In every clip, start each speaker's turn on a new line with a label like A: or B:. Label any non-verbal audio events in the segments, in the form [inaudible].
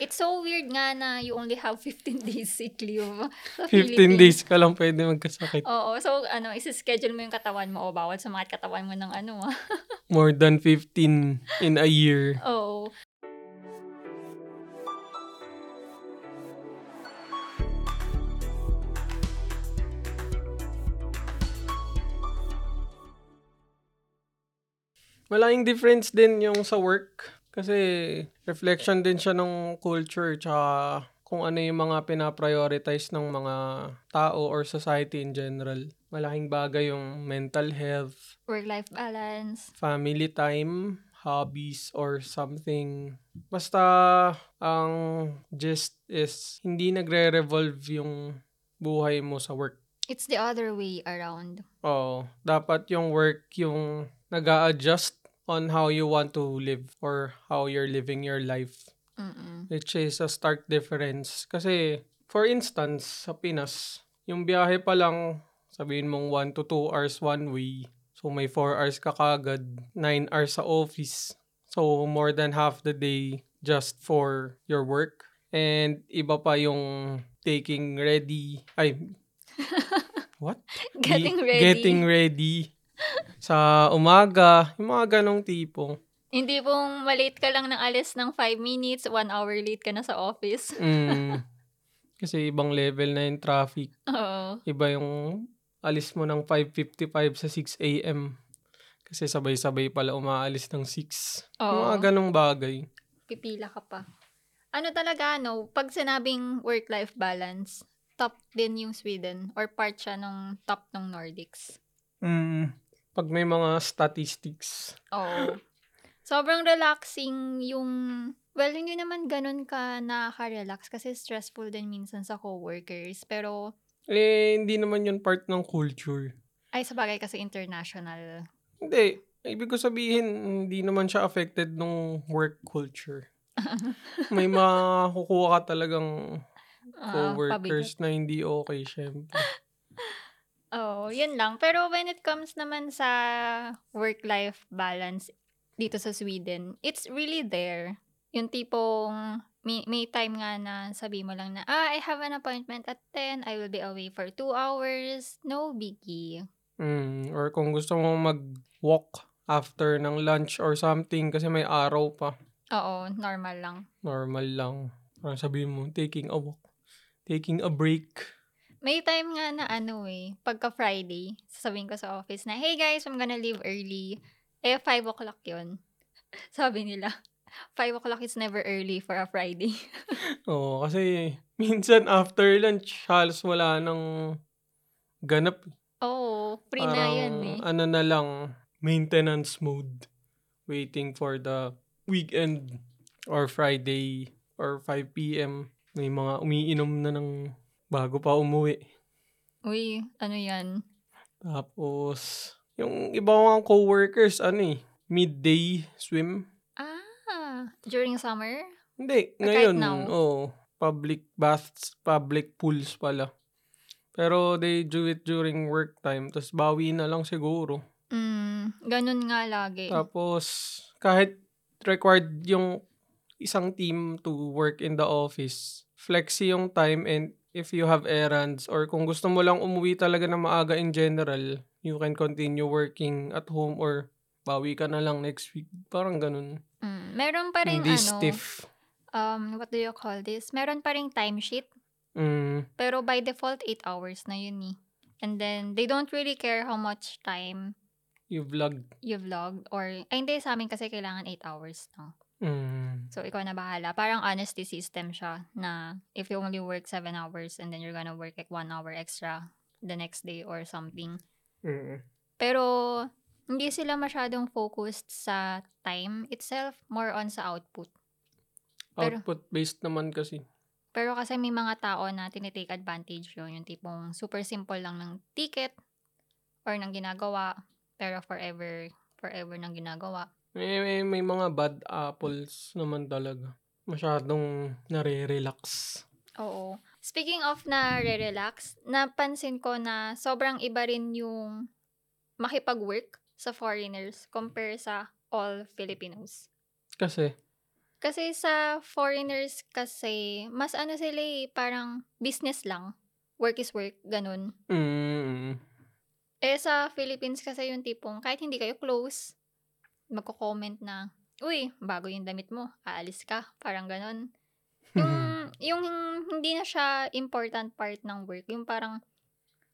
A: It's so weird nga na you only have 15 [laughs] days sick leave. sa
B: 15
A: Philippines.
B: days ka lang pwede magkasakit.
A: Oo, so ano, isi-schedule mo yung katawan mo o bawal sumakit katawan mo ng ano. ah. [laughs]
B: More than 15 in a year.
A: Oo.
B: Malaking difference din yung sa work. Kasi reflection din siya ng culture tsaka kung ano yung mga pinaprioritize ng mga tao or society in general. Malaking bagay yung mental health,
A: Work-life balance.
B: family time, hobbies, or something. Basta, ang gist is, hindi nagre-revolve yung buhay mo sa work.
A: It's the other way around.
B: Oo. Dapat yung work yung nag adjust on how you want to live or how you're living your life.
A: Mm-mm.
B: Which is a stark difference. Kasi, for instance, sa Pinas, yung biyahe pa lang, sabihin mong 1 to 2 hours one way. So, may 4 hours ka kagad, 9 hours sa office. So, more than half the day just for your work. And iba pa yung taking ready. Ay, what?
A: Getting
B: Di-
A: ready.
B: Getting ready. sa umaga, yung mga ganong tipo.
A: Hindi pong malate ka lang ng alis ng 5 minutes, 1 hour late ka na sa office. [laughs]
B: Mm. [laughs] Kasi ibang level na yung traffic.
A: Oo.
B: Iba yung alis mo ng 5.55 sa 6 a.m. Kasi sabay-sabay pala umaalis ng 6. Yung
A: Oo.
B: Mga ganong bagay.
A: Pipila ka pa. Ano talaga, ano, pag sinabing work-life balance, top din yung Sweden or part siya nung top ng Nordics.
B: Mm. Pag may mga statistics.
A: Oo. [laughs] Sobrang relaxing yung... Well, hindi naman ganun ka nakaka-relax kasi stressful din minsan sa coworkers. Pero,
B: Eh, hindi naman yun part ng culture.
A: ay, sabagay kasi international.
B: Hindi. Ibig ko sabihin, hindi naman siya affected ng work
A: [laughs]
B: culture. may makukuha ka talagang
A: ah, pabigat.
B: co-workers na hindi okay, syempre.
A: Oo, yun lang. Pero when it comes naman sa work-life balance dito sa Sweden, it's really there. Yung tipong may, may time nga na sabi mo lang na, ah, I have an appointment at 10, I will be away for 2 hours, no biggie.
B: Mm, or kung gusto mo mag-walk after ng lunch or something kasi may araw pa,
A: Oo, normal lang.
B: normal lang. Parang sabihin mo, taking a walk, taking a break.
A: May time nga na ano eh, pagka Friday, sasabihin ko sa office na, hey guys, I'm gonna leave early. Eh, 5 o'clock yun. [laughs] Sabi nila, 5 o'clock is never early for a Friday. [laughs]
B: Oo, kasi minsan after lunch, halos wala nang ganap.
A: Oo, oh, pre na
B: Parang
A: yan eh.
B: ano na lang, maintenance mode. Waiting for the weekend or Friday or 5 p.m. May mga umiinom na ng bago pa umuwi.
A: Uy, ano yan?
B: Tapos, yung iba mga co-workers, ano eh, midday swim.
A: Ah, during summer? Ah,
B: Hindi, ngayon,
A: kahit now?
B: oh, public baths, public pools pala. Pero they do it during work time, tapos bawi na lang siguro.
A: Mm, ganun nga lagi.
B: Tapos, kahit required yung isang team to work in the office, flexi yung time and if you have errands or kung gusto mo lang umuwi talaga na maaga in general, you can continue working at home or bawi ka na lang next week. Parang ganun.
A: Mm, meron pa rin
B: Hindi
A: ano,
B: stiff.
A: um, what do you call this? Meron pa rin timesheet
B: Mm,
A: Pero by default, 8 hours na yun eh. And then, they don't really care how much time
B: you vlog.
A: you vlog or, ay hindi, sa amin kasi kailangan 8 hours, no?
B: Mm.
A: So, ikaw na bahala. Parang honesty system siya na if you only work 7 hours and then you're gonna work like 1 hour extra the next day or something.
B: Mm.
A: Pero, hindi sila masyadong focused sa time itself, more on sa output. Pero-
B: Output-based naman kasi.
A: Pero kasi may mga tao na tinitake advantage yun, yung tipong super simple lang ng ticket or ng ginagawa, pero forever, forever ng ginagawa.
B: May, may, may mga bad apples naman talaga. Masyadong nare-relax.
A: Oo. Speaking of na re-relax, napansin ko na sobrang iba rin yung makipag-work sa foreigners compare sa all Filipinos.
B: Kasi,
A: Kasi sa foreigners kasi, mas ano sila eh, parang business lang. Work is work, ganun.
B: Mm.
A: Eh sa Philippines kasi yung tipong kahit hindi kayo close, magko-comment na, uy, bago yung damit mo, aalis ka, parang ganun.
B: mm.
A: Yung, yung hindi na siya important part ng work, yung parang,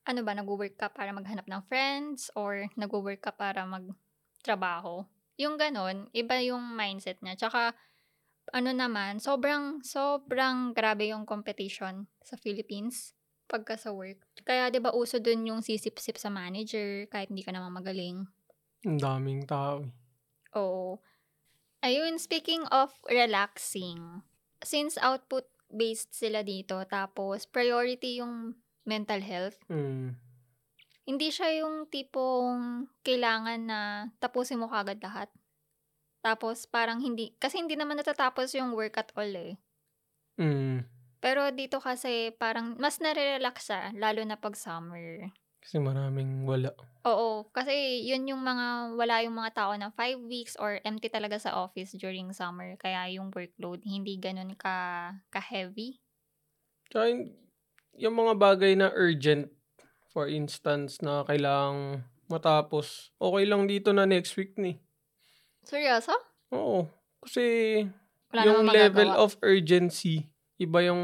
A: ano ba, nag-work ka para maghanap ng friends or nag-work ka para magtrabaho. Yung ganun, iba yung mindset niya. Tsaka, ano naman, sobrang, sobrang grabe yung competition sa Philippines pagka sa work. Kaya 'di ba uso dun yung sisip-sip sa manager kahit hindi ka naman magaling.
B: [laughs] Ang daming tao. eh.
A: Oo. Ayun, speaking of relaxing, since output-based sila dito, tapos priority yung mental health,
B: Mm.
A: hindi siya yung tipong kailangan na tapusin mo kagad lahat. Tapos parang hindi, kasi hindi naman natatapos yung work at all eh.
B: Mm.
A: Pero dito kasi parang mas nare-relax siya, lalo na pag summer.
B: Kasi maraming wala.
A: Oo, kasi yun yung mga, wala yung mga tao na 5 weeks or empty talaga sa office during summer. Kaya yung workload, hindi ganun ka, ka-heavy.
B: Tsaka yung, yung mga bagay na urgent, for instance, na kailang matapos, okay lang dito na next week ni.
A: Seryoso?
B: Oo. Kasi
A: Wala
B: yung
A: namang
B: level oh,
A: magagawa.
B: of urgency, iba yung,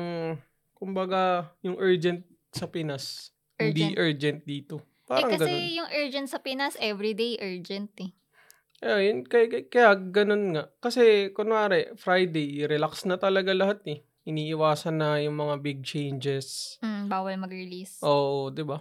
B: kumbaga, yung urgent sa Pinas. Hindi urgent dito.
A: eh
B: Parang
A: kasi
B: ganun.
A: yung urgent sa Pinas, everyday urgent eh.
B: Kaya, Ah, yun, kaya, kaya, kaya ganun nga. Kasi, kunwari, Friday, relax na talaga lahat eh. Iniiwasan na yung mga big changes.
A: Mm, bawal mag-release.
B: Oo, 'di ba?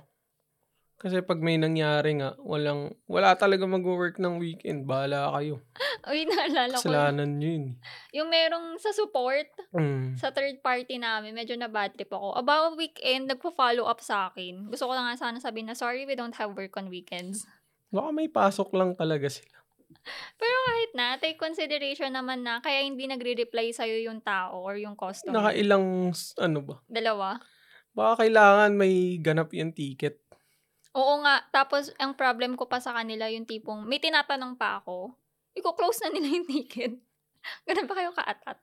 B: Kasi pag may nangyari nga, walang wala talaga mag-work ng weekend, bahala kayo.
A: [laughs] Uy, naalala ko. yun.
B: Oh. Kasalanan nyo yun. eh.
A: Yung merong sa support,
B: Mm.
A: sa third party namin, medyo na bad trip ako. About weekend, nagpo-follow up sa akin. Gusto ko na nga sana sabihin na, sorry, we don't have work on weekends.
B: Baka may pasok lang talaga sila.
A: Kahit na, take consideration naman na kaya hindi nagre-reply sa'yo yung tao or yung customer.
B: Nakailang s- ano ba?
A: Dalawa.
B: Baka kailangan may ganap yung ticket.
A: Oo nga. Tapos, ang problem ko pa sa kanila yung tipong, may tinatanong pa ako, iko-close na nila yung ticket. [laughs] Ganun pa kayo kaatat?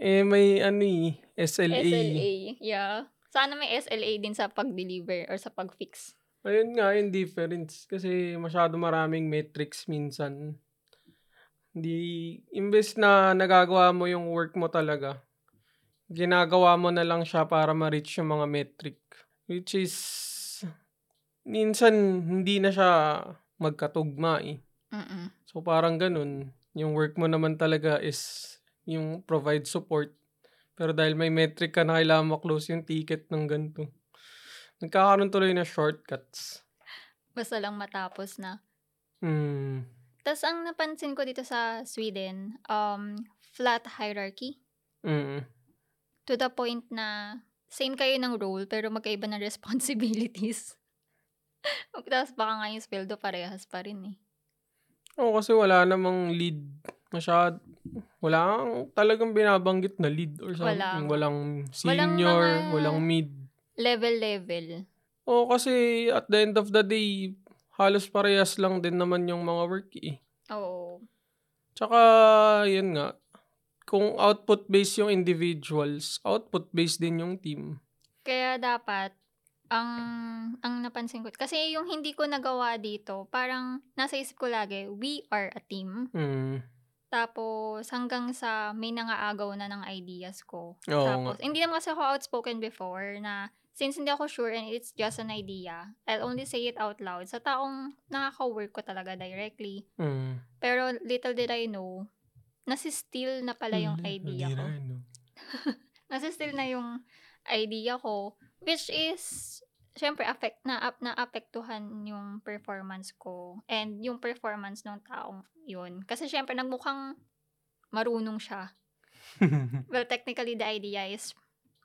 B: Eh may ano eh, SLA.
A: SLA. Yeah. Sana may SLA din sa pag-deliver or sa pag-fix.
B: Ayun nga yung difference kasi masyado maraming metrics minsan. Hindi imbes na nagagawa mo yung work mo talaga. Ginagawa mo na lang siya para ma-reach yung mga metric which is minsan hindi na siya magkatugma eh.
A: Mm-mm.
B: So parang ganun, yung work mo naman talaga is yung provide support. Pero dahil may metric ka na kailangan maklose yung ticket ng ganito. Nagkakaroon tuloy na shortcuts.
A: Basta lang matapos na.
B: Hmm.
A: Tapos, ang napansin ko dito sa Sweden, um, flat hierarchy.
B: Mm.
A: to the point na same kayo ng role pero magkaiba ng [laughs] responsibilities. [laughs] Tapos baka nga yung sweldo parehas pa rin eh.
B: Oo, kasi wala namang lead masyad. Wala kang talagang binabanggit na lead or something.
A: Wala.
B: Walang
A: Walang
B: senior, walang,
A: mga-
B: mid.
A: Level-level.
B: Oo, kasi at the end of the day, halos parehas lang din naman yung mga work eh.
A: Oo.
B: Tsaka, yun nga, kung output-based yung individuals, output-based din yung team.
A: Kaya dapat, ang ang napansin ko, kasi yung hindi ko nagawa dito, parang nasa isip ko lagi, we are a team.
B: Mm.
A: Tapos hanggang sa may nangaagaw na ng ideas ko.
B: Oo
A: Tapos, hindi naman kasi ako outspoken before na since hindi ako sure and it's just an idea, I'll only say it out loud sa taong nakaka-work ko talaga directly.
B: nga. Mm.
A: Pero little did I know, nasisteal na pala
B: Mm,
A: yung idea ko.
B: [laughs]
A: Nasisteal na yung idea ko, which is, syempre, affect, na, naapektuhan yung performance ko and yung performance ng taong yun. Kasi syempre, nagmukhang marunong siya. Well, technically, the idea is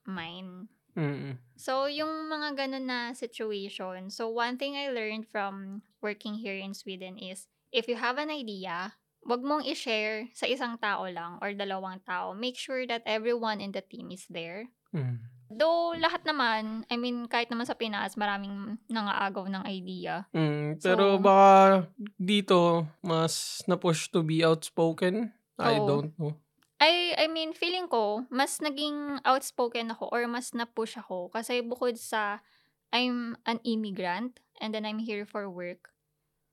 A: mine.
B: Mm.
A: So, yung mga ganun na situation. So, one thing I learned from working here in Sweden is, if you have an idea, wag mong i-share sa isang tao lang or dalawang tao. Make sure that everyone in the team is there.
B: Mm.
A: Though, lahat naman, I mean, kahit naman sa Pinas, maraming nangaagaw ng idea.
B: Mm.
A: So- ah.
B: Pero baka dito, mas na-push to be outspoken. I
A: Oo.
B: don't know.
A: I, I mean, feeling ko, mas naging outspoken ako or mas na-push ako. Kasi bukod sa, I'm an immigrant and then I'm here for work.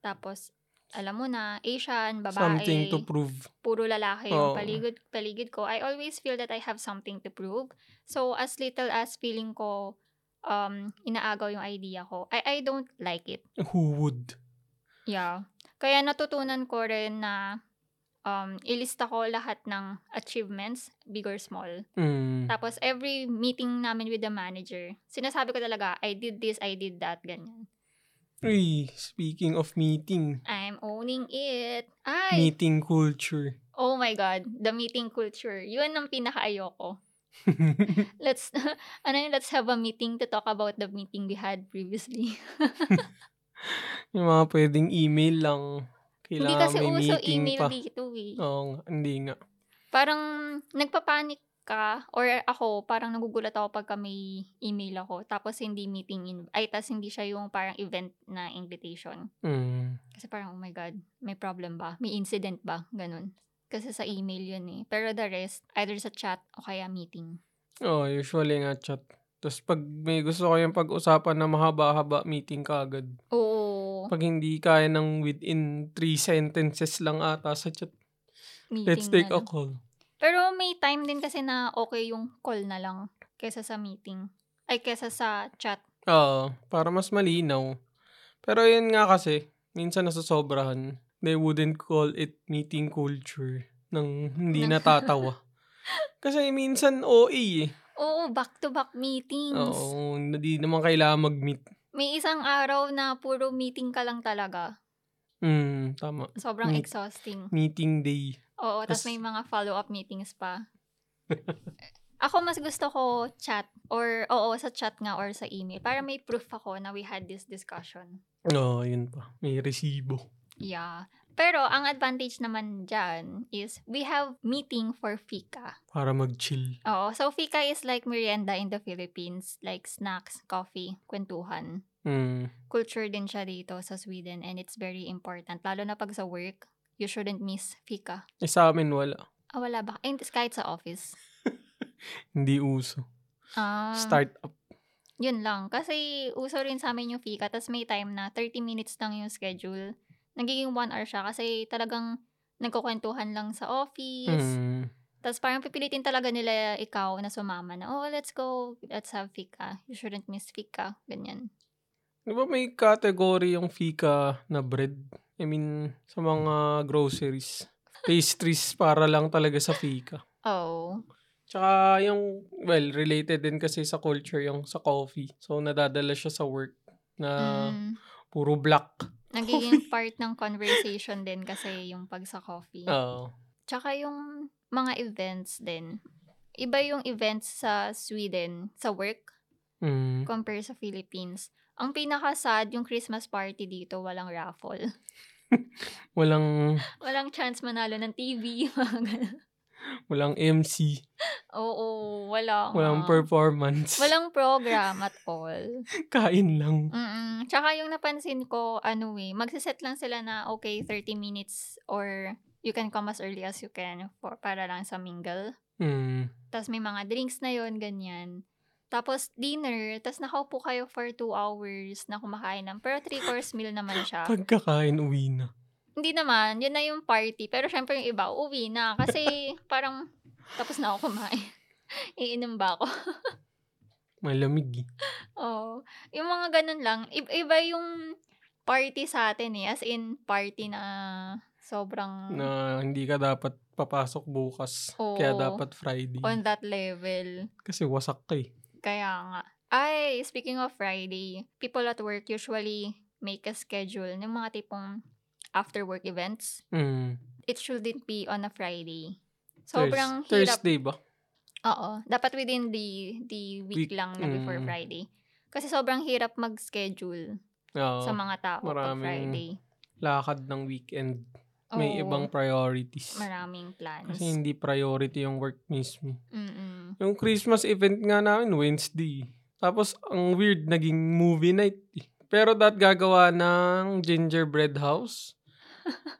A: Tapos, alam mo na, Asian, babae,
B: Something to prove.
A: puro lalaki yung
B: Oo.
A: paligid, paligid ko, I always feel that I have something to prove. So, as little as feeling ko, um, inaagaw yung idea ko, I, I don't like it.
B: Who would?
A: Yeah. Kaya natutunan ko rin na um, ilista ko lahat ng achievements, big or small.
B: Mm.
A: Tapos, every meeting namin with the manager, sinasabi ko talaga, I did this, I did that, ganyan.
B: Uy, speaking of meeting.
A: I'm owning it. Ay,
B: Meeting culture.
A: oh my God, the meeting culture. Yun ang
B: [laughs]
A: pinaka-ayoko. let's [laughs] ano yun, let's have a meeting to talk about the meeting we had previously. [laughs]
B: Yung mga pwedeng email lang.
A: Hindi
B: Kailangan
A: kasi
B: may
A: uso
B: meeting
A: email
B: pa. Oh.
A: dito eh.
B: Oo nga, hindi nga.
A: Parang nagpapanik ka or ako parang nagugulat ako pagka may email ako tapos hindi meeting in ay tas hindi siya yung parang event na invitation.
B: Mm.
A: Kasi parang oh my god, may problem ba? May incident ba? Ganun. Kasi sa email yun eh. Pero the rest, either sa chat o kaya meeting.
B: Oo, usually nga chat. Tapos pag may gusto kayong pag-usapan na mahaba-haba, meeting ka agad.
A: Oo,
B: Pag hindi kaya ng within three sentences lang ata sa chat,
A: meeting
B: let's take
A: na
B: a
A: lang.
B: call.
A: Pero may time din kasi na okay yung call na lang kesa sa meeting. Ay, kesa sa chat.
B: Oo, para mas malinaw. Pero yun nga kasi, minsan nasusobrahan. They wouldn't call it meeting culture nang hindi
A: Nang- [laughs]
B: natatawa. kasi minsan OA eh.
A: Oo, back-to-back meetings.
B: Oo, hindi naman kailangan mag-meet.
A: May isang araw na puro meeting ka lang talaga.
B: Mm, tama.
A: Sobrang
B: Meet-
A: exhausting.
B: Meeting day.
A: Oo, tapos
B: Tas-
A: may mga follow-up meetings pa. ako mas gusto ko chat or oo sa chat nga or sa email para may proof ako na we had this discussion.
B: Oo, yun pa. May resibo.
A: Yeah. Pero ang advantage naman dyan is we have meeting for Fika.
B: Para mag-chill.
A: Oo. So, fika is like merienda in the Philippines. Like snacks, coffee, kwentuhan.
B: Mm.
A: Culture din siya dito sa Sweden and it's very important. Lalo na pag sa work, you shouldn't miss fika.
B: Eh, sa amin wala.
A: Ah, wala ba? Ay, kahit sa office.
B: Hindi uso.
A: Um,
B: Start up.
A: Yun lang. Kasi uso rin sa amin yung fika. Tapos may time na 30 minutes lang yung schedule. Nagiging 1 hour siya kasi talagang nagkukwentuhan lang sa office.
B: Mm.
A: Tapos parang pipilitin talaga nila ikaw na sumama na, oh, let's go, let's have fika. You shouldn't miss fika. Ganyan.
B: Di ba may category yung fika na bread? I mean, sa mga groceries. Pastries para lang talaga sa fika.
A: Oh.
B: Tsaka yung, well, related din kasi sa culture yung sa coffee. So, nadadala siya sa work na
A: mm,
B: puro black.
A: nagiging part ng conversation din kasi yung pag sa coffee.
B: Oo.
A: Tsaka yung mga events din. Iba yung events sa Sweden, sa work,
B: Mm.
A: compare sa Philippines. Ang pinaka-sad, yung Christmas party dito, walang raffle. [laughs]
B: Walang,
A: Walang chance manalo ng TV. [laughs] mga ganun.
B: walang MC.
A: Oo, wala.
B: Walang
A: nga.
B: performance.
A: Ah. Walang program at all.
B: [laughs] Kain lang.
A: Mm-mm. Tsaka yung napansin ko, ano eh, magsiset lang sila na, okay, 30 minutes or you can come as early as you can for, para lang sa mingle.
B: Mm.
A: Tapos may mga drinks na yon ganyan. Tapos dinner, tapos nakaupo kayo for 2 hours na kumakain ng, pero 3 course meal naman
B: [laughs]
A: siya.
B: Pagkakain, uwi na.
A: Hindi naman, yun na yung party. Pero syempre yung iba, uwi na.
B: [laughs]
A: Kasi parang tapos na ako kumain. [laughs] Iinom ba ako? [laughs]
B: Malamig eh.
A: Oo. Yung mga ganun lang. Ib- iba yung party sa atin eh. As in, party na sobrang
B: Na hindi ka dapat papasok bukas.
A: Oo.
B: Kaya dapat Friday.
A: on that level.
B: Kasi wasak ka eh.
A: Kaya nga. Ay, speaking of Friday, people at work usually make a schedule ng mga tipong after work events.
B: Mm.
A: It shouldn't be on a Friday.
B: Thurs-
A: Sobrang hirap.
B: Thursday ba?
A: Oo. Dapat within the, the week,
B: Week,
A: lang na before
B: mm.
A: Friday. Kasi sobrang hirap mag-schedule
B: Oo.
A: sa mga tao pag
B: maraming
A: Friday.
B: Lakad ng weekend. May
A: Oo.
B: ibang priorities.
A: Maraming plans.
B: Kasi hindi priority yung work mismo.
A: Mm-mm.
B: Yung Christmas event nga namin, Wednesday. Tapos, ang weird, naging movie night. eh. Pero dat gagawa
A: [laughs]
B: ng gingerbread house.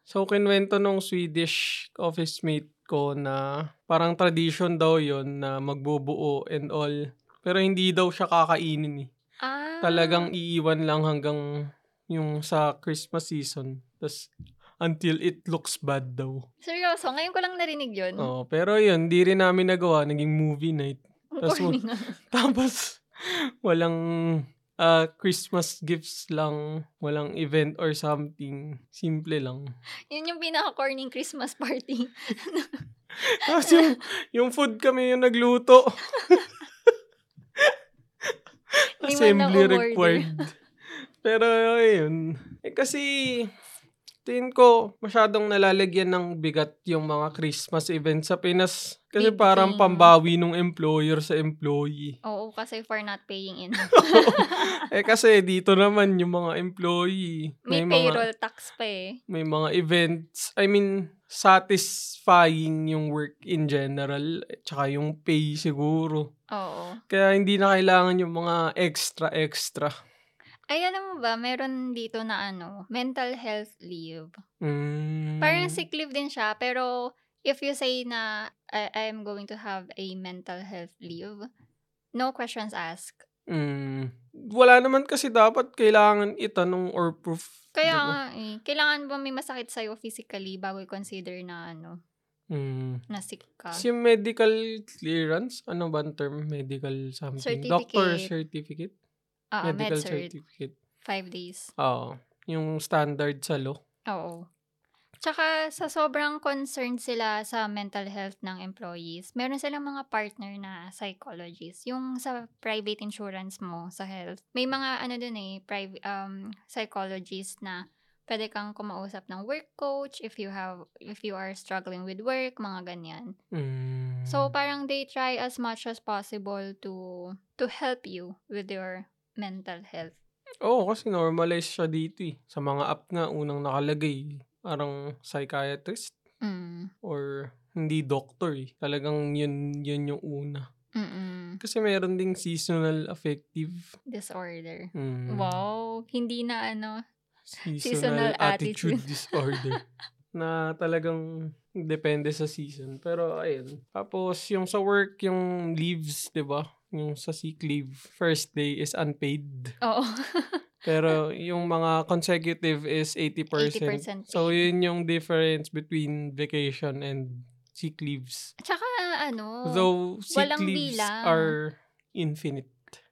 B: So, kinwento nung Swedish office mate ko na parang tradition daw yon na magbubuo and all. Pero hindi daw siya kakainin eh.
A: Ah.
B: Talagang iiwan lang hanggang yung sa Christmas season. Tapos until it looks bad daw.
A: Seryoso, ngayon ko lang narinig yun. [laughs]
B: Oo, pero yun, di rin namin nagawa. Naging movie night. [laughs]
A: Ang
B: tas
A: corny nga.
B: Tapos, walang ah, Christmas gifts lang. Walang event or something. Simple lang.
A: Yun yung pinaka-corny Christmas party. [laughs]
B: Tapos yung, yung food kami yung nagluto.
A: Hindi man lang
B: Assembly
A: umorder.
B: required. Pero ayun. Eh kasi, tingin ko, masyadong nalalagyan ng bigat yung mga Christmas events sa Pinas. Kasi
A: Big
B: parang
A: thing.
B: pambawi ng employer sa employee.
A: [laughs] Oo, kasi for not paying
B: [laughs]
A: in.
B: eh kasi dito naman yung mga employee.
A: May,
B: mga,
A: payroll tax pa eh.
B: may mga events. I mean, satisfying yung work in general. eh, Tsaka yung pay siguro.
A: Oo.
B: Kaya hindi na kailangan yung mga extra-extra.
A: Ay, alam mo ba, meron dito na ano, mental health leave.
B: Mm.
A: Parang sick leave din siya, pero if you say na I, I am going to have a mental health leave, no questions asked.
B: Mm. Wala naman kasi dapat kailangan itanong or proof.
A: Kaya
B: diba?
A: nga eh, kailangan ba may masakit sa'yo physically bago i-consider na ano,
B: Mm.
A: na sick ka?
B: Si medical clearance, ano ba ang term? Medical something. Doctor certificate?
A: Ah, med
B: medical
A: cert,
B: certificate.
A: five days.
B: Oo. Yung standard sa law.
A: Oo. Tsaka sa sobrang concerned sila sa mental health ng employees, meron silang mga partner na psychologist. Yung sa private insurance mo sa health, may mga ano dun eh, private um psychologist na pwede kang kumausap ng work coach if you have if you are struggling with work, mga ganyan.
B: Mm.
A: So parang they try as much as possible to to help you with your mental health.
B: Oo, kasi normalized siya dito eh. Sa mga app nga, unang nakalagay. Parang psychiatrist
A: Mm.
B: or hindi doctor eh. Talagang yun, yun yung una.
A: Mm.
B: Kasi meron ding seasonal affective.
A: Disorder.
B: Mm.
A: Wow, hindi na ano. [laughs]
B: Seasonal,
A: Seasonal attitude.
B: attitude, disorder. na talagang depende sa season. Pero ayun. Tapos yung sa work, yung leaves, 'di ba? Yung sa sick leave, first day is unpaid.
A: Oo.
B: Pero yung mga consecutive is 80%.
A: 80%
B: So yun yung difference between vacation and sick leaves.
A: Tsaka ano,
B: Though sick
A: walang
B: leaves
A: bilang.
B: are infinite.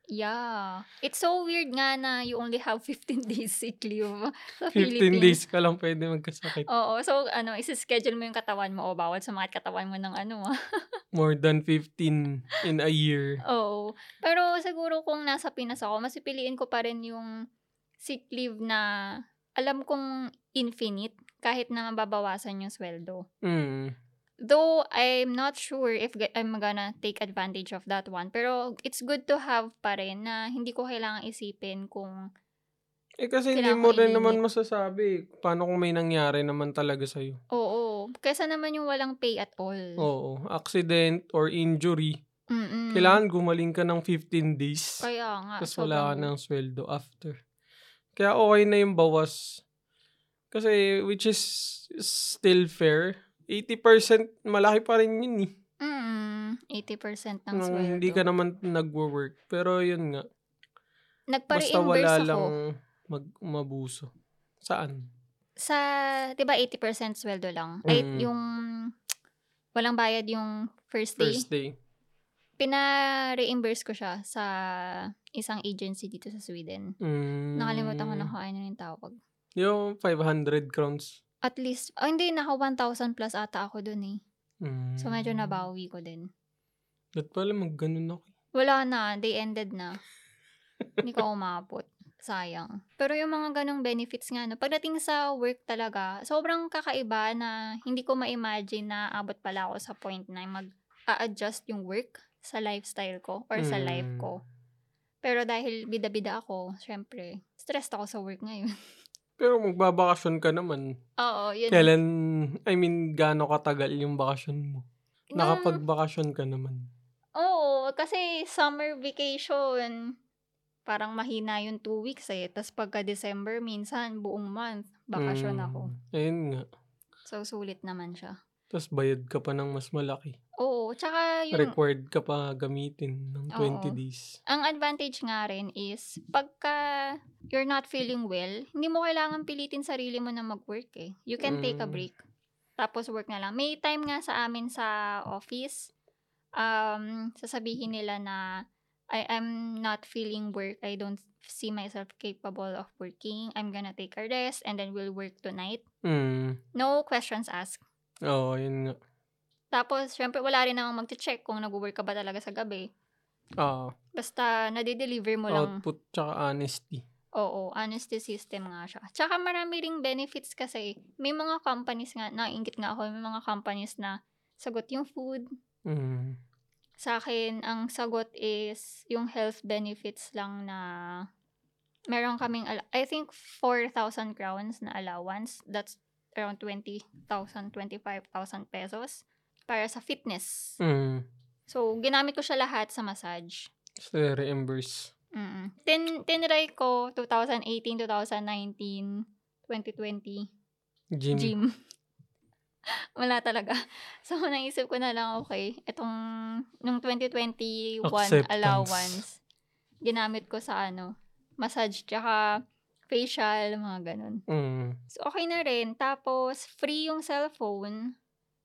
A: yeah. It's so weird nga na you only have 15 [laughs] days sick leave sa
B: 15
A: Philippines.
B: days ka lang pwede magkasakit.
A: Oo, so ano, isi-schedule mo yung katawan mo o bawal sumakit katawan mo ng ano. [laughs] ah.
B: More than 15 in a year.
A: Oo. Pero siguro kung nasa Pinas ako, mas pipiliin ko pa rin yung sick leave na alam kong infinite kahit na mababawasan yung sweldo.
B: Mm.
A: Though I'm not sure if g- I'm gonna take advantage of that one. Pero it's good to have pa rin na hindi ko kailangang isipin kung...
B: Eh kasi hindi
A: Kailangan
B: mo
A: ko
B: rin
A: i-limit.
B: naman masasabi eh, paano kung may nangyari naman talaga sa'yo.
A: Oo. Kesa naman yung walang pay at all.
B: Oo, accident or injury.
A: Mm-mm.
B: Kailangan gumaling ka ng 15
A: Mm.
B: days.
A: Kaya nga.
B: Tapos
A: sobrang-
B: wala ka ng sweldo after. Kaya okay na yung bawas. Kasi which is still fair. 80% malaki pa rin yun eh.
A: Mm-mm. 80% ng
B: Nung
A: sweldo.
B: Mm, hindi ka naman nagwo-work. Pero yun nga. Basta
A: Nagpa-reimburse
B: wala
A: ako.
B: lang mag umabuso. Saan?
A: Sa, di ba 80% sweldo lang? Ay,
B: Mm.
A: yung... Walang bayad yung first day.
B: First day.
A: Pina-reimburse ko siya sa isang agency dito sa Sweden.
B: Mm,
A: Nakalimutan ko na kung ano yung tawag.
B: Yung 500 crowns.
A: At least, oh, hindi, naka 1,000 plus ata ako dun eh.
B: Mm.
A: So, medyo nabawi ko din.
B: Ba't pala mag ganun ako?
A: Wala na, they ended na. hindi ko umabot. Sayang. Pero yung mga ganong benefits nga, no, pagdating sa work talaga, sobrang kakaiba na hindi ko ma-imagine na abot pala ako sa point na mag-a-adjust yung work sa lifestyle ko or sa life
B: Mm.
A: ko. Pero dahil bida-bida ako, syempre, stressed ako sa work ngayon. [laughs]
B: Pero magbabakasyon ka naman.
A: Oo, yun.
B: Kailan, I mean, gaano katagal yung bakasyon mo?
A: Nung-
B: Nakapagbakasyon ka naman.
A: Oo, kasi summer vacation, parang mahina yung two weeks eh. Tapos pagka December, minsan buong month, bakasyon
B: Mm,
A: ako.
B: Ayun nga.
A: So, sulit naman siya.
B: Tapos bayad ka pa ng mas malaki.
A: Oo, tsaka yung
B: Required ka pa gamitin ng 20
A: Oo.
B: days.
A: ang advantage nga rin is pagka you're not feeling well, hindi mo kailangan pilitin sarili mo na mag-work eh. You can take a
B: Mm.
A: break. Tapos work na lang. May time nga sa amin sa office, um, sasabihin nila na I am not feeling work. I don't see myself capable of working. I'm gonna take a rest and then we'll work tonight.
B: Mm.
A: No questions asked.
B: Oo, yun nga.
A: Tapos, syempre, wala rin namang mag-check kung nag-work ka ba talaga sa gabi.
B: Ah,
A: Basta, nade-deliver mo lang.
B: output tsaka honesty.
A: Oo, honesty system nga siya. Tsaka marami ring benefits kasi may mga companies nga, nainggit nga ako, may mga companies na sagot yung food.
B: Mm.
A: Sa akin, ang sagot is yung health benefits lang na meron kaming, al- I think 4,000 crowns na allowance. That's around 20,000, 25,000 pesos para sa fitness.
B: Mm.
A: So, ginamit ko siya lahat sa massage.
B: So, reimburse.
A: Mm. Tin tinry ko 2018, 2019, 2020
B: Gym.
A: gym. [laughs] Wala talaga. [laughs] So naisip ko na lang okay, itong nung 2021
B: Acceptance.
A: allowance ginamit ko sa ano, massage tsaka facial, mga ganun.
B: Mm.
A: So okay na rin. Tapos free yung cellphone.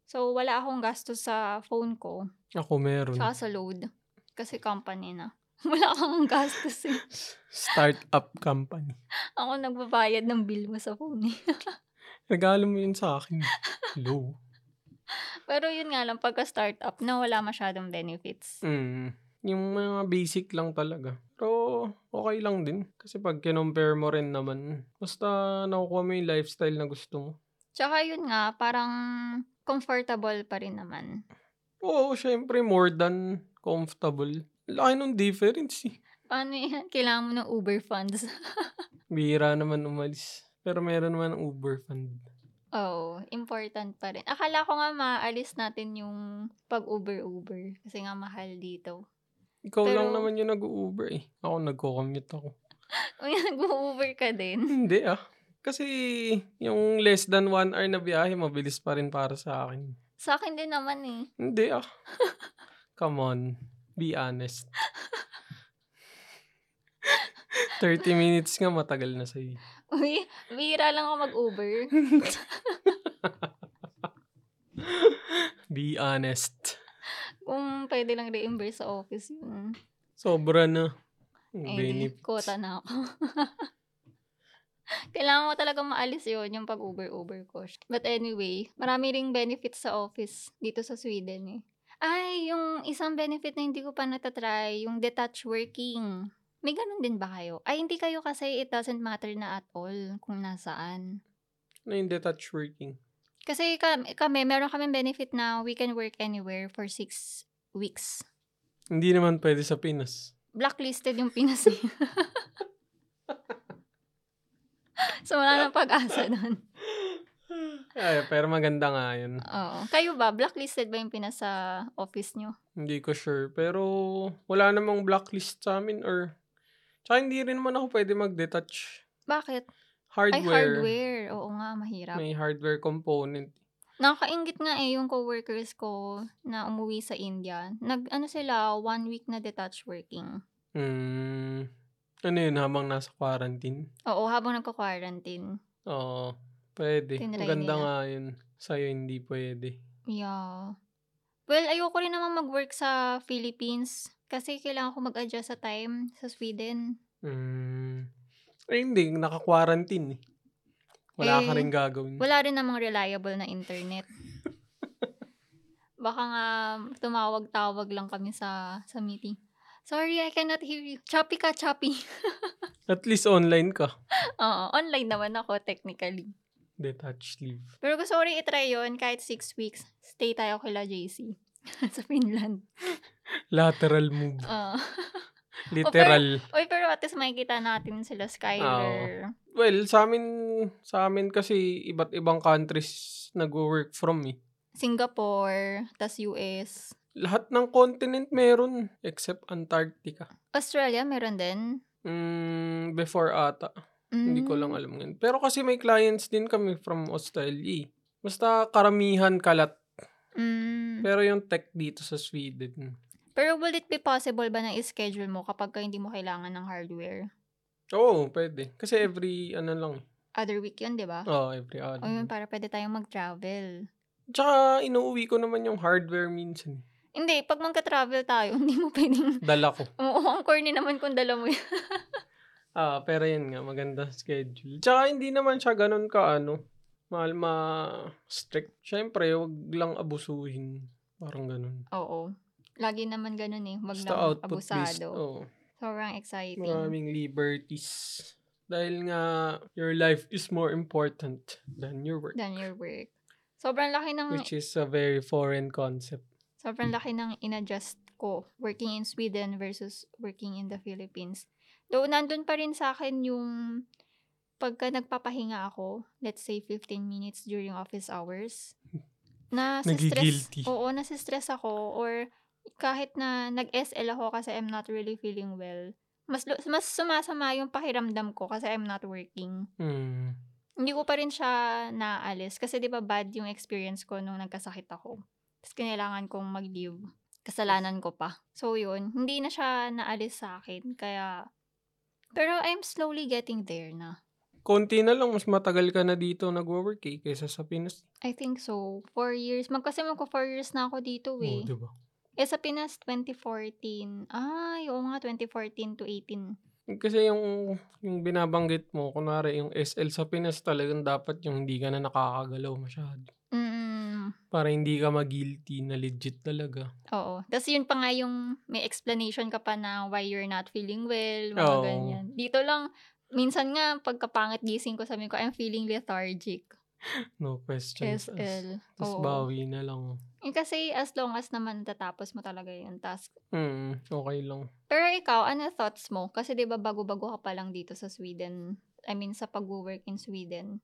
A: So wala akong gastos sa phone ko.
B: Ako meron.
A: Tsaka sa load. Kasi company na. [laughs] Wala akong gastos eh.
B: Startup company.
A: Ako nagbabayad ng bill mo sa phone eh. [laughs]
B: Regalo mo yun sa akin. Low.
A: Pero yun nga lang, pagka startup na wala masyadong benefits.
B: Mm. Yung mga basic lang talaga. Pero okay lang din. Kasi pag kinompare mo rin naman, basta nakukuha mo yung lifestyle na gusto mo.
A: Tsaka yun nga, parang comfortable pa rin naman.
B: Oo, syempre more than comfortable. Laki nung difference eh.
A: Paano yan? [laughs] Kailangan mo ng Uber funds. [laughs]
B: Bihira naman umalis. Pero meron naman ang Uber fund.
A: Oo, oh, important pa rin. Akala ko nga maalis natin yung pag-Uber-Uber. Kasi nga mahal dito. [laughs]
B: Ikaw lang
A: Pero-
B: naman yung nag-Uber eh. Ako nagko-commute ako. [laughs]
A: Uy, nag-Uber ka din.
B: Hindi ah. Kasi yung less than one hour na biyahe, mabilis pa rin para sa akin.
A: Sa akin din naman eh. [laughs]
B: Hindi ah. [laughs] Come on. Be honest. 30 minutes nga matagal na sa'yo.
A: Uy, bihira lang ako mag-Uber.
B: Be honest.
A: Kung pwede lang reimburse sa office yun.
B: Sobra na.
A: Eh,
B: Ang benefits.
A: Kota na ako. [laughs] Kailangan ko talaga maalis yun, yung pag-Uber-Uber ko. But anyway, marami ring benefits sa office dito sa Sweden eh. Ay, yung isang benefit na hindi ko pa natatry, yung detached working. May ganun din ba kayo? Ay, hindi kayo kasi it doesn't matter na at all kung nasaan.
B: Ano yung detached working?
A: Kasi kami, kami meron kami benefit na we can work anywhere for six weeks.
B: Hindi naman pwede sa Pinas.
A: blacklisted yung Pinas eh. [laughs] so, wala nang pag-asa doon.
B: Ay, pero maganda nga yun.
A: Oo. Kayo ba? Blacklisted ba yung Pinas sa office nyo?
B: Hindi ko sure. Pero wala namang blacklist sa amin or... Tsaka hindi rin naman ako pwede mag-detach.
A: Bakit?
B: Hardware.
A: Ay, hardware. Oo nga, mahirap.
B: May hardware component.
A: Nakaingit nga eh yung coworkers ko na umuwi sa India. Nag, ano sila, one week na detached working.
B: Mm, ano yun, habang nasa quarantine?
A: Oo, habang nagka-quarantine.
B: Oo, pwede.
A: Tinry
B: Maganda
A: nila.
B: nga yun. Sa'yo hindi pwede.
A: Yeah. Well, ayoko rin naman mag-work sa Philippines kasi kailangan ko mag-adjust sa time sa Sweden.
B: Mm, eh, hindi. Naka-quarantine eh. Wala ka
A: Eh,
B: rin gagawin.
A: Wala rin namang reliable na [laughs] internet. Baka nga tumawag-tawag lang kami sa sa meeting. Sorry, I cannot hear you. Choppy ka, choppy.
B: At least online ka.
A: [laughs] Oo, online naman ako technically.
B: Detached leave.
A: Pero gusto ko rin itry yun kahit six weeks. Stay tayo kila JC [laughs] sa Finland.
B: Lateral
A: [laughs]
B: move.
A: Oo.
B: Literal.
A: Uy, pero at least makikita natin sila Skyler.
B: Well, sa amin, sa amin kasi iba't ibang countries nag-work from eh.
A: Singapore, tas US.
B: Lahat ng continent meron except Antarctica.
A: Australia, meron din.
B: Mm, before ata. Hindi ko
A: Mm.
B: lang alam ngayon. Pero kasi may clients din kami from Australia. eh. Basta karamihan kalat
A: Mm.
B: Pero yung tech dito sa Sweden.
A: Pero will it be possible ba na i-schedule mo kapag ka hindi mo kailangan ng hardware?
B: Oo, oh, pwede. Kasi every, ano lang eh.
A: Other week yun, di ba?
B: Oo, every
A: O yun,
B: other.
A: para pwede tayong mag-travel.
B: Tsaka inuuwi ko naman yung hardware minsan. eh.
A: Hindi, pag magka-travel tayo, [laughs] hindi mo pwedeng...
B: Dala ko.
A: Oo, ang corny naman kung dala mo yun. [laughs]
B: Ah, pero yun nga, maganda schedule. Tsaka hindi naman siya ganun ka, ano, mahal ma strict. Siyempre, wag lang abusuhin. Parang ganun.
A: Oo. Lagi naman ganun eh. Wag
B: Basta
A: lang
B: output based.
A: abusado.
B: Oo.
A: Sobrang exciting.
B: Maraming liberties. Dahil nga, your life is more important than your work.
A: Than your work. Sobrang laki ng
B: Which is a very foreign concept.
A: sobrang laki ng inadjust ko working in Sweden versus working in the Philippines. Though nandun pa rin sa akin yung pagka nagpapahinga ako, let's say 15 minutes during office hours, na stress
B: Nagigilty.
A: Oo, nasistress ako or kahit na nag-SL ako kasi I'm not really feeling well, mas lu- mas sumasama yung pakiramdam ko kasi I'm not working.
B: Hmm.
A: Hindi ko pa rin siya naalis kasi 'di ba bad yung experience ko nung nagkasakit ako. Tapos kailangan kong mag-leave. Kasalanan ko pa. So yun, hindi na siya naalis sa akin kaya pero I'm slowly getting there na.
B: Konti na lang, mas matagal ka na dito nagwo-work eh, kaysa sa Pinas.
A: I think so. Four years. Mag, kasi magko four years na ako dito eh.
B: Oo, diba?
A: Eh, sa Pinas, 2014. Ay, oo nga, 2014 to 18.
B: Kasi yung, yung binabanggit mo, kunwari yung SL sa Pinas, talagang dapat yung hindi ka na nakakagalaw masyado.
A: Mm,
B: Para hindi ka mag-guilty na legit talaga.
A: oo. Tapos yun pa nga yung may explanation ka pa na why you're not feeling well, mga
B: Oo.
A: ganyan. Dito lang, minsan nga, pagkapangit gising ko, sabi ko, I'm feeling lethargic.
B: No questions. asked.
A: SL.
B: Tapos
A: Oo.
B: bawi na lang.
A: Eh, kasi as long as naman tatapos mo talaga yung task.
B: Hmm, okay lang.
A: Pero ikaw, ano thoughts mo? Kasi di ba bago-bago ka pa lang dito sa Sweden. I mean, sa pag-work in Sweden.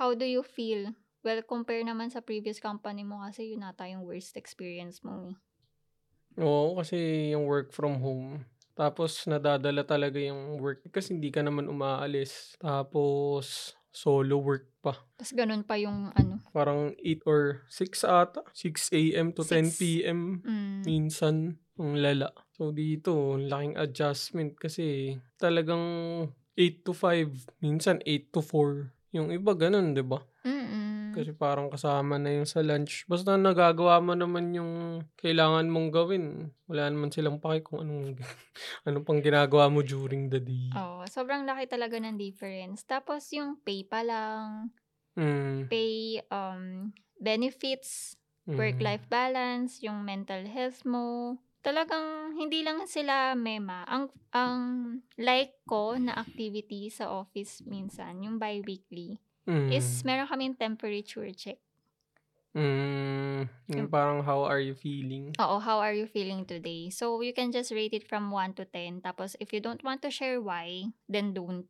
A: How do you feel? Well, compare naman sa previous company mo kasi yun nata yung worst experience mo. eh.
B: Oo, kasi yung work from home. Tapos nadadala talaga yung work kasi hindi ka naman umaalis. Tapos solo work pa.
A: Tapos ganun pa yung ano.
B: Parang 8 or 6 ata. 6 a.m. to
A: Six.
B: 10 p.m.
A: Mm,
B: Minsan, ang lala. So dito, ang laking adjustment kasi talagang 8 to 5. Minsan 8 to 4. Yung iba ganun, di ba?
A: mm-mm.
B: Kasi parang kasama na yung sa lunch. Basta nagagawa mo naman yung kailangan mong gawin. Wala naman silang pake kung anong, [laughs] anong pang ginagawa mo during the day.
A: Oo, sobrang laki talaga ng difference. Tapos yung pay pa lang,
B: Mm,
A: pay um, benefits,
B: mm.
A: work-life balance, yung mental health mo. Talagang hindi lang sila mema. Ang ang like ko na activity sa office minsan, yung bi-weekly,
B: Mm,
A: is meron kaming temperature check.
B: mm, yung parang how are you feeling?
A: Oo, how are you feeling today? So, you can just rate it from 1 to 10. Tapos, if you don't want to share why, then don't.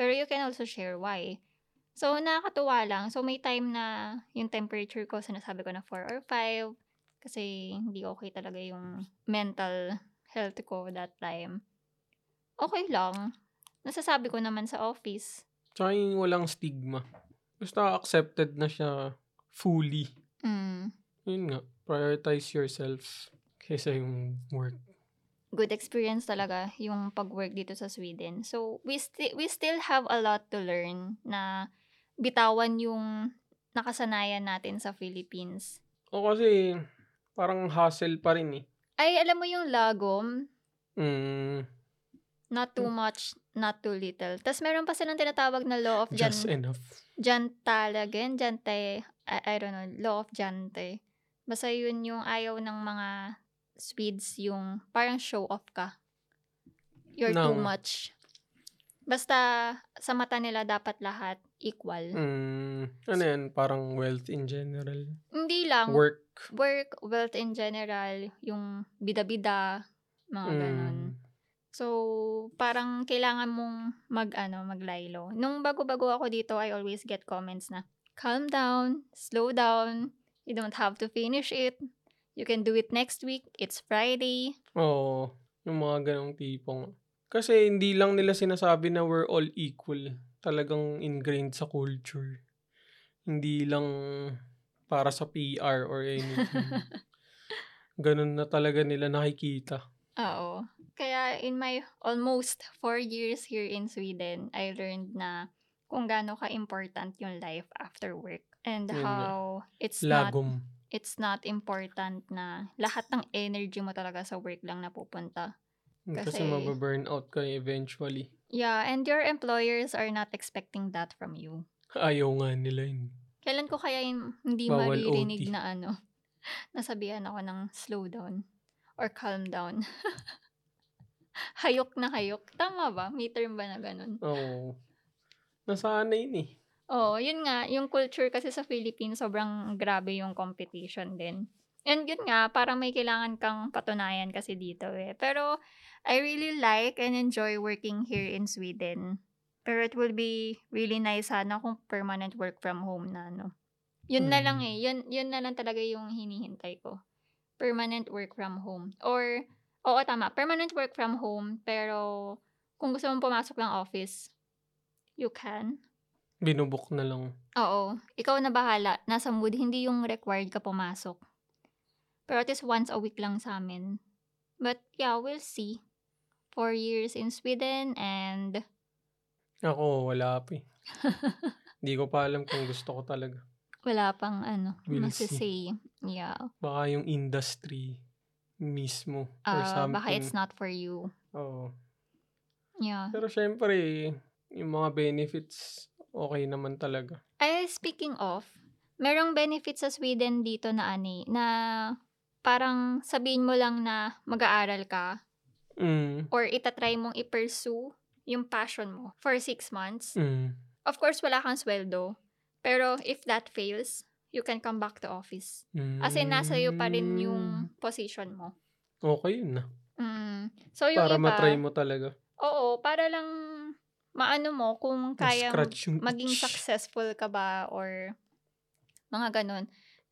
A: Pero you can also share why. So, nakakatuwa lang. So, may time na yung temperature ko, sinasabi ko na 4 or 5. Kasi, hindi okay talaga yung mental health ko that time. Okay lang. Nasasabi ko naman sa office.
B: Tsaka yung walang stigma. Basta accepted na siya fully.
A: Mm,
B: Yun nga, prioritize yourself kaysa yung work.
A: good experience talaga yung pag-work dito sa Sweden. So, we, sti- we still have a lot to learn na bitawan yung nakasanayan natin sa Philippines.
B: O kasi, parang hassle pa rin eh.
A: Ay, alam mo yung lagom,
B: Mm,
A: not too much, not too little. Tapos meron pa silang tinatawag na law of Jan,
B: just enough.
A: Jantalagen, Jante, I, I don't know, law of Jante. Basta yun yung ayaw ng mga Swedes, yung parang show off ka. You're too
B: No.
A: much. Basta sa mata nila dapat lahat equal.
B: Mm, ano yan? Parang wealth in general.
A: Hindi lang work.
B: Work.
A: wealth in general, yung bida-bida, mga ganun.
B: Mm,
A: So, parang kailangan mong mag, ano, maglaylo. Nung bago-bago ako dito, I always get comments na, calm down, slow down, you don't have to finish it. You can do it next week. It's Friday.
B: Oo. Yung mga ganong tipong. Kasi hindi lang nila sinasabi na we're all equal. Talagang ingrained sa culture. Hindi lang para sa PR
A: [laughs]
B: or anything. Ganun na talaga nila nakikita.
A: Oo. Kaya in my almost four years here in Sweden, I learned na kung gaano ka-important yung life after work and
B: Yun nga.
A: how it's not
B: Lagom.
A: it's not important na lahat ng energy mo talaga sa work lang napupunta. kasi-
B: Kasi, mababurnout ka eventually. [laughs]
A: Yeah, and your employers are not expecting that from you.
B: Ayaw nga nila yun.
A: Kailan ko kaya hin- hindi
B: Bawal
A: maririnig
B: OT.
A: na ano, [laughs] nasabihan ako ng slow down or calm down. [laughs] hayok na hayok. Tama ba? May term ba na ganun?
B: Oo. Nasanay yun eh.
A: Oo, yun nga, yung culture kasi sa Philippines, sobrang grabe yung competition din. And yun nga, parang may kailangan kang patunayan kasi dito eh. Pero I really like and enjoy working here in Sweden. Pero it will be really nice sana kung permanent work from home na, no? Yun na lang
B: Mm.
A: eh. Yun, yun na lang talaga yung hinihintay ko. Permanent work from home. Or, oo tama, permanent work from home. Pero kung gusto mong pumasok ng office, you can.
B: Binubok na lang.
A: Oo. Ikaw na bahala. Nasa mood. Hindi yung required ka pumasok. Pero at least once a week lang sa amin. But yeah, we'll see. Four years in Sweden and
B: Ako, wala pa
A: [laughs]
B: eh. Hindi ko pa alam kung gusto ko talaga.
A: wala pang ano,
B: We'll
A: masisay. Yeah.
B: Baka yung industry mismo or
A: Uh,
B: something.
A: baka it's not for you.
B: Oo.
A: Yeah.
B: Pero syempre, yung mga benefits, okay naman talaga.
A: Eh, speaking of, merong benefit sa Sweden dito na ani, na parang sabihin mo lang na mag-aaral ka
B: Mm.
A: or itatry mong i-pursue yung passion mo for six months.
B: Mm.
A: Of course, wala kang sweldo. Pero if that fails, you can come back to office.
B: mm.
A: As in, nasa iyo pa rin yung position mo.
B: Okay yun na.
A: Mm. So, yung
B: Para
A: iba,
B: matry mo talaga.
A: oo, para lang maano mo kung kaya mo
B: scratch yung
A: maging
B: itch.
A: successful ka ba or mga ganun.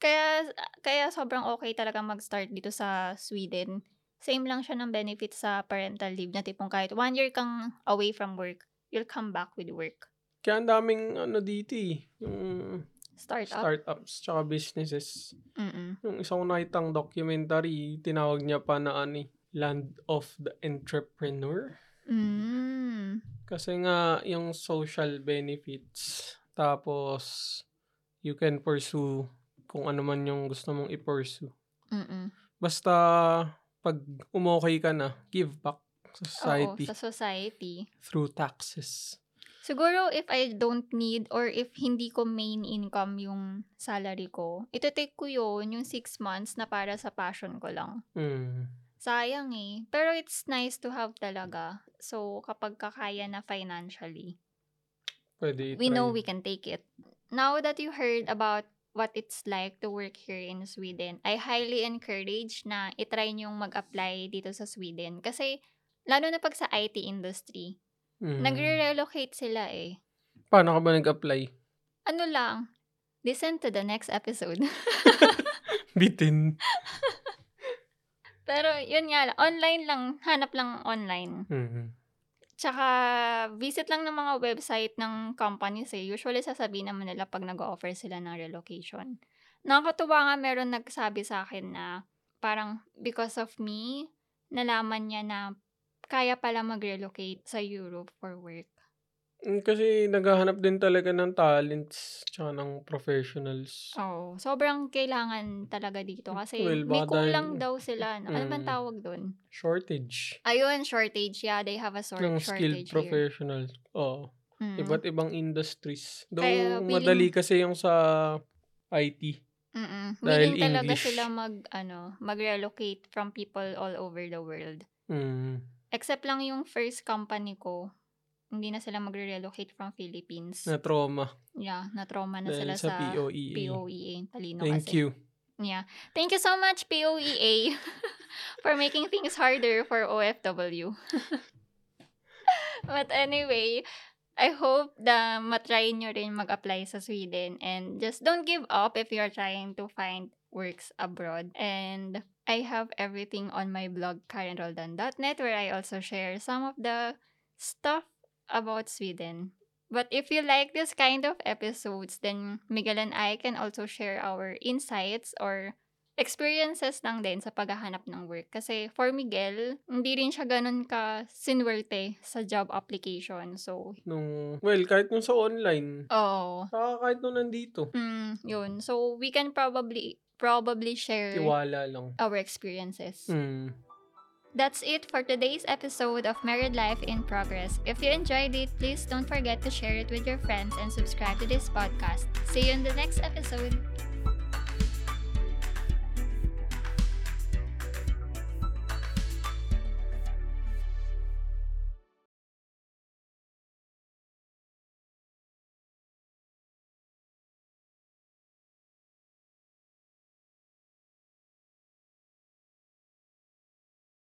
A: Kaya kaya sobrang okay talaga mag-start dito sa Sweden. Same lang siya ng benefit sa parental leave na tipong kahit one year kang away from work, you'll come back with work.
B: Kaya ang daming ano dito eh. Yung
A: Start up.
B: startups tsaka businesses.
A: Mm-mm.
B: Yung isang nakitang documentary, tinawag niya pa na ano eh, Land of the Entrepreneur.
A: Mm.
B: Kasi nga, yung social benefits, tapos you can pursue kung ano man yung gusto mong i-pursue.
A: Mm-mm.
B: Basta, pag umokay ka na, give back sa society
A: Oo, sa society.
B: through taxes.
A: Siguro if I don't need or if hindi ko main income yung salary ko, ito-take ko yun, yung six months na para sa passion ko lang.
B: Mm.
A: Sayang eh. Pero it's nice to have talaga. So, kapag kakaya na financially,
B: Pwede
A: we
B: i-try.
A: know we can take it. Now that you heard about what it's like to work here in Sweden, I highly encourage na itry niyong mag-apply dito sa Sweden. Kasi, lalo na pag sa IT industry,
B: Mm.
A: Nagre-relocate sila eh.
B: Paano ka ba nag-apply? [laughs]
A: Ano lang, listen to the next episode. [laughs]
B: Bitin.
A: Pero yun nga, lang, online lang, hanap lang online.
B: Mm.
A: Tsaka visit lang ng mga website ng companies eh. Usually sasabihin naman nila pag nag-offer sila ng relocation. Nakakatuwa nga meron nagsabi sa akin na parang because of me, nalaman niya na kaya pala mag-relocate sa Europe for work.
B: Mm, Kasi naghahanap din talaga ng talents tsaka ng professionals.
A: Oo. sobrang kailangan talaga dito kasi
B: Well,
A: may
B: baka
A: kulang
B: dahil-
A: daw sila. Ano, ano bang
B: Mm.
A: tawag doon?
B: Shortage
A: Ayun, shortage. Yeah, they have a sort
B: ng skilled
A: shortage here.
B: professionals. Oo.
A: Mm.
B: Iba't ibang industries. Though
A: Kaya feeling-
B: madali kasi yung sa IT.
A: Mm-mm.
B: dahil
A: Willing talaga
B: English.
A: sila mag, ano, mag-relocate from people all over the world.
B: Mm.
A: Except lang yung first company ko, hindi na sila magre-relocate from Philippines.
B: Na trauma.
A: yeah, na-trauma na
B: dahil
A: sila
B: sa,
A: sa,
B: POEA.
A: POEA. eh, Talino
B: eh. Thank
A: kasi.
B: you.
A: Yeah. Thank you so much, POEA, [laughs] for making things harder for OFW. [laughs] But anyway, I hope na matry nyo rin mag-apply sa Sweden. And just don't give up if you're trying to find works abroad. And I have everything on my blog, KarenRoldan.net, where I also share some of the stuff about Sweden. But if you like this kind of episodes, then Miguel and I can also share our insights or experiences lang din sa paghahanap ng work. Kasi for Miguel, hindi rin siya ganun ka sinwerte sa job application. So,
B: Nung, well, kahit nung sa online.
A: oh,
B: Saka kahit nung nandito.
A: mm, yun. So, we can probably probably share
B: Tiwala lang.
A: our experiences.
B: Mm.
A: That's it for today's episode of Married Life in Progress. If you enjoyed it, please don't forget to share it with your friends and subscribe to this podcast. See you in the next episode.